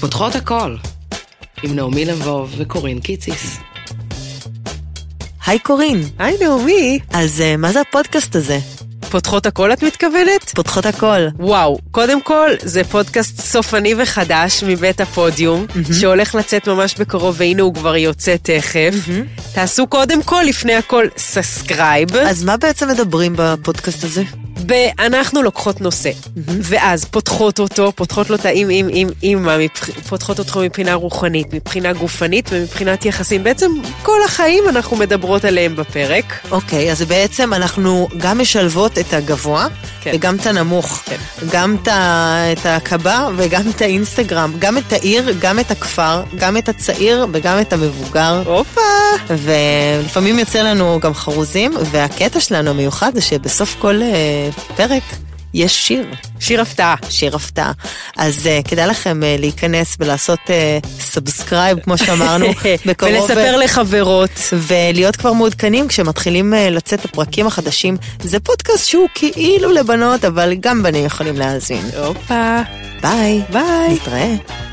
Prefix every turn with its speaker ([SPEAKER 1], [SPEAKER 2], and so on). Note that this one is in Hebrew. [SPEAKER 1] פותחות הכל, עם נעמי למבוב וקורין קיציס.
[SPEAKER 2] היי קורין,
[SPEAKER 3] היי נעמי,
[SPEAKER 2] אז אה, מה זה הפודקאסט הזה?
[SPEAKER 3] פותחות הכל את מתכוונת?
[SPEAKER 2] פותחות הכל.
[SPEAKER 3] וואו, קודם כל זה פודקאסט סופני וחדש מבית הפודיום, שהולך לצאת ממש בקרוב והנה הוא כבר יוצא תכף. תעשו קודם כל, לפני הכל, סאסקרייב.
[SPEAKER 2] אז מה בעצם מדברים בפודקאסט הזה?
[SPEAKER 3] אנחנו לוקחות נושא, ואז פותחות אותו, פותחות לו את האם, אם, אם, אימא, מבח- פותחות אותו מבחינה רוחנית, מבחינה גופנית ומבחינת יחסים. בעצם כל החיים אנחנו מדברות עליהם בפרק.
[SPEAKER 2] אוקיי, אז בעצם אנחנו גם משלבות את הגבוה,
[SPEAKER 3] כן.
[SPEAKER 2] וגם את הנמוך,
[SPEAKER 3] כן.
[SPEAKER 2] גם את ה- את הקב"א וגם את האינסטגרם, גם את העיר, גם את הכפר, גם את הצעיר וגם את המבוגר.
[SPEAKER 3] הופה!
[SPEAKER 2] ולפעמים יוצא לנו גם חרוזים, והקטע שלנו המיוחד זה שבסוף כל אה, פרק יש שיר.
[SPEAKER 3] שיר הפתעה.
[SPEAKER 2] שיר הפתעה. אז uh, כדאי לכם uh, להיכנס ולעשות סאבסקרייב, כמו שאמרנו, בקרוב. אה,
[SPEAKER 3] ולספר לחברות.
[SPEAKER 2] ולהיות כבר מעודכנים כשמתחילים אה, לצאת הפרקים החדשים. זה פודקאסט שהוא כאילו לבנות, אבל גם בנים יכולים להאזין.
[SPEAKER 3] הופה.
[SPEAKER 2] ביי.
[SPEAKER 3] ביי.
[SPEAKER 2] נתראה.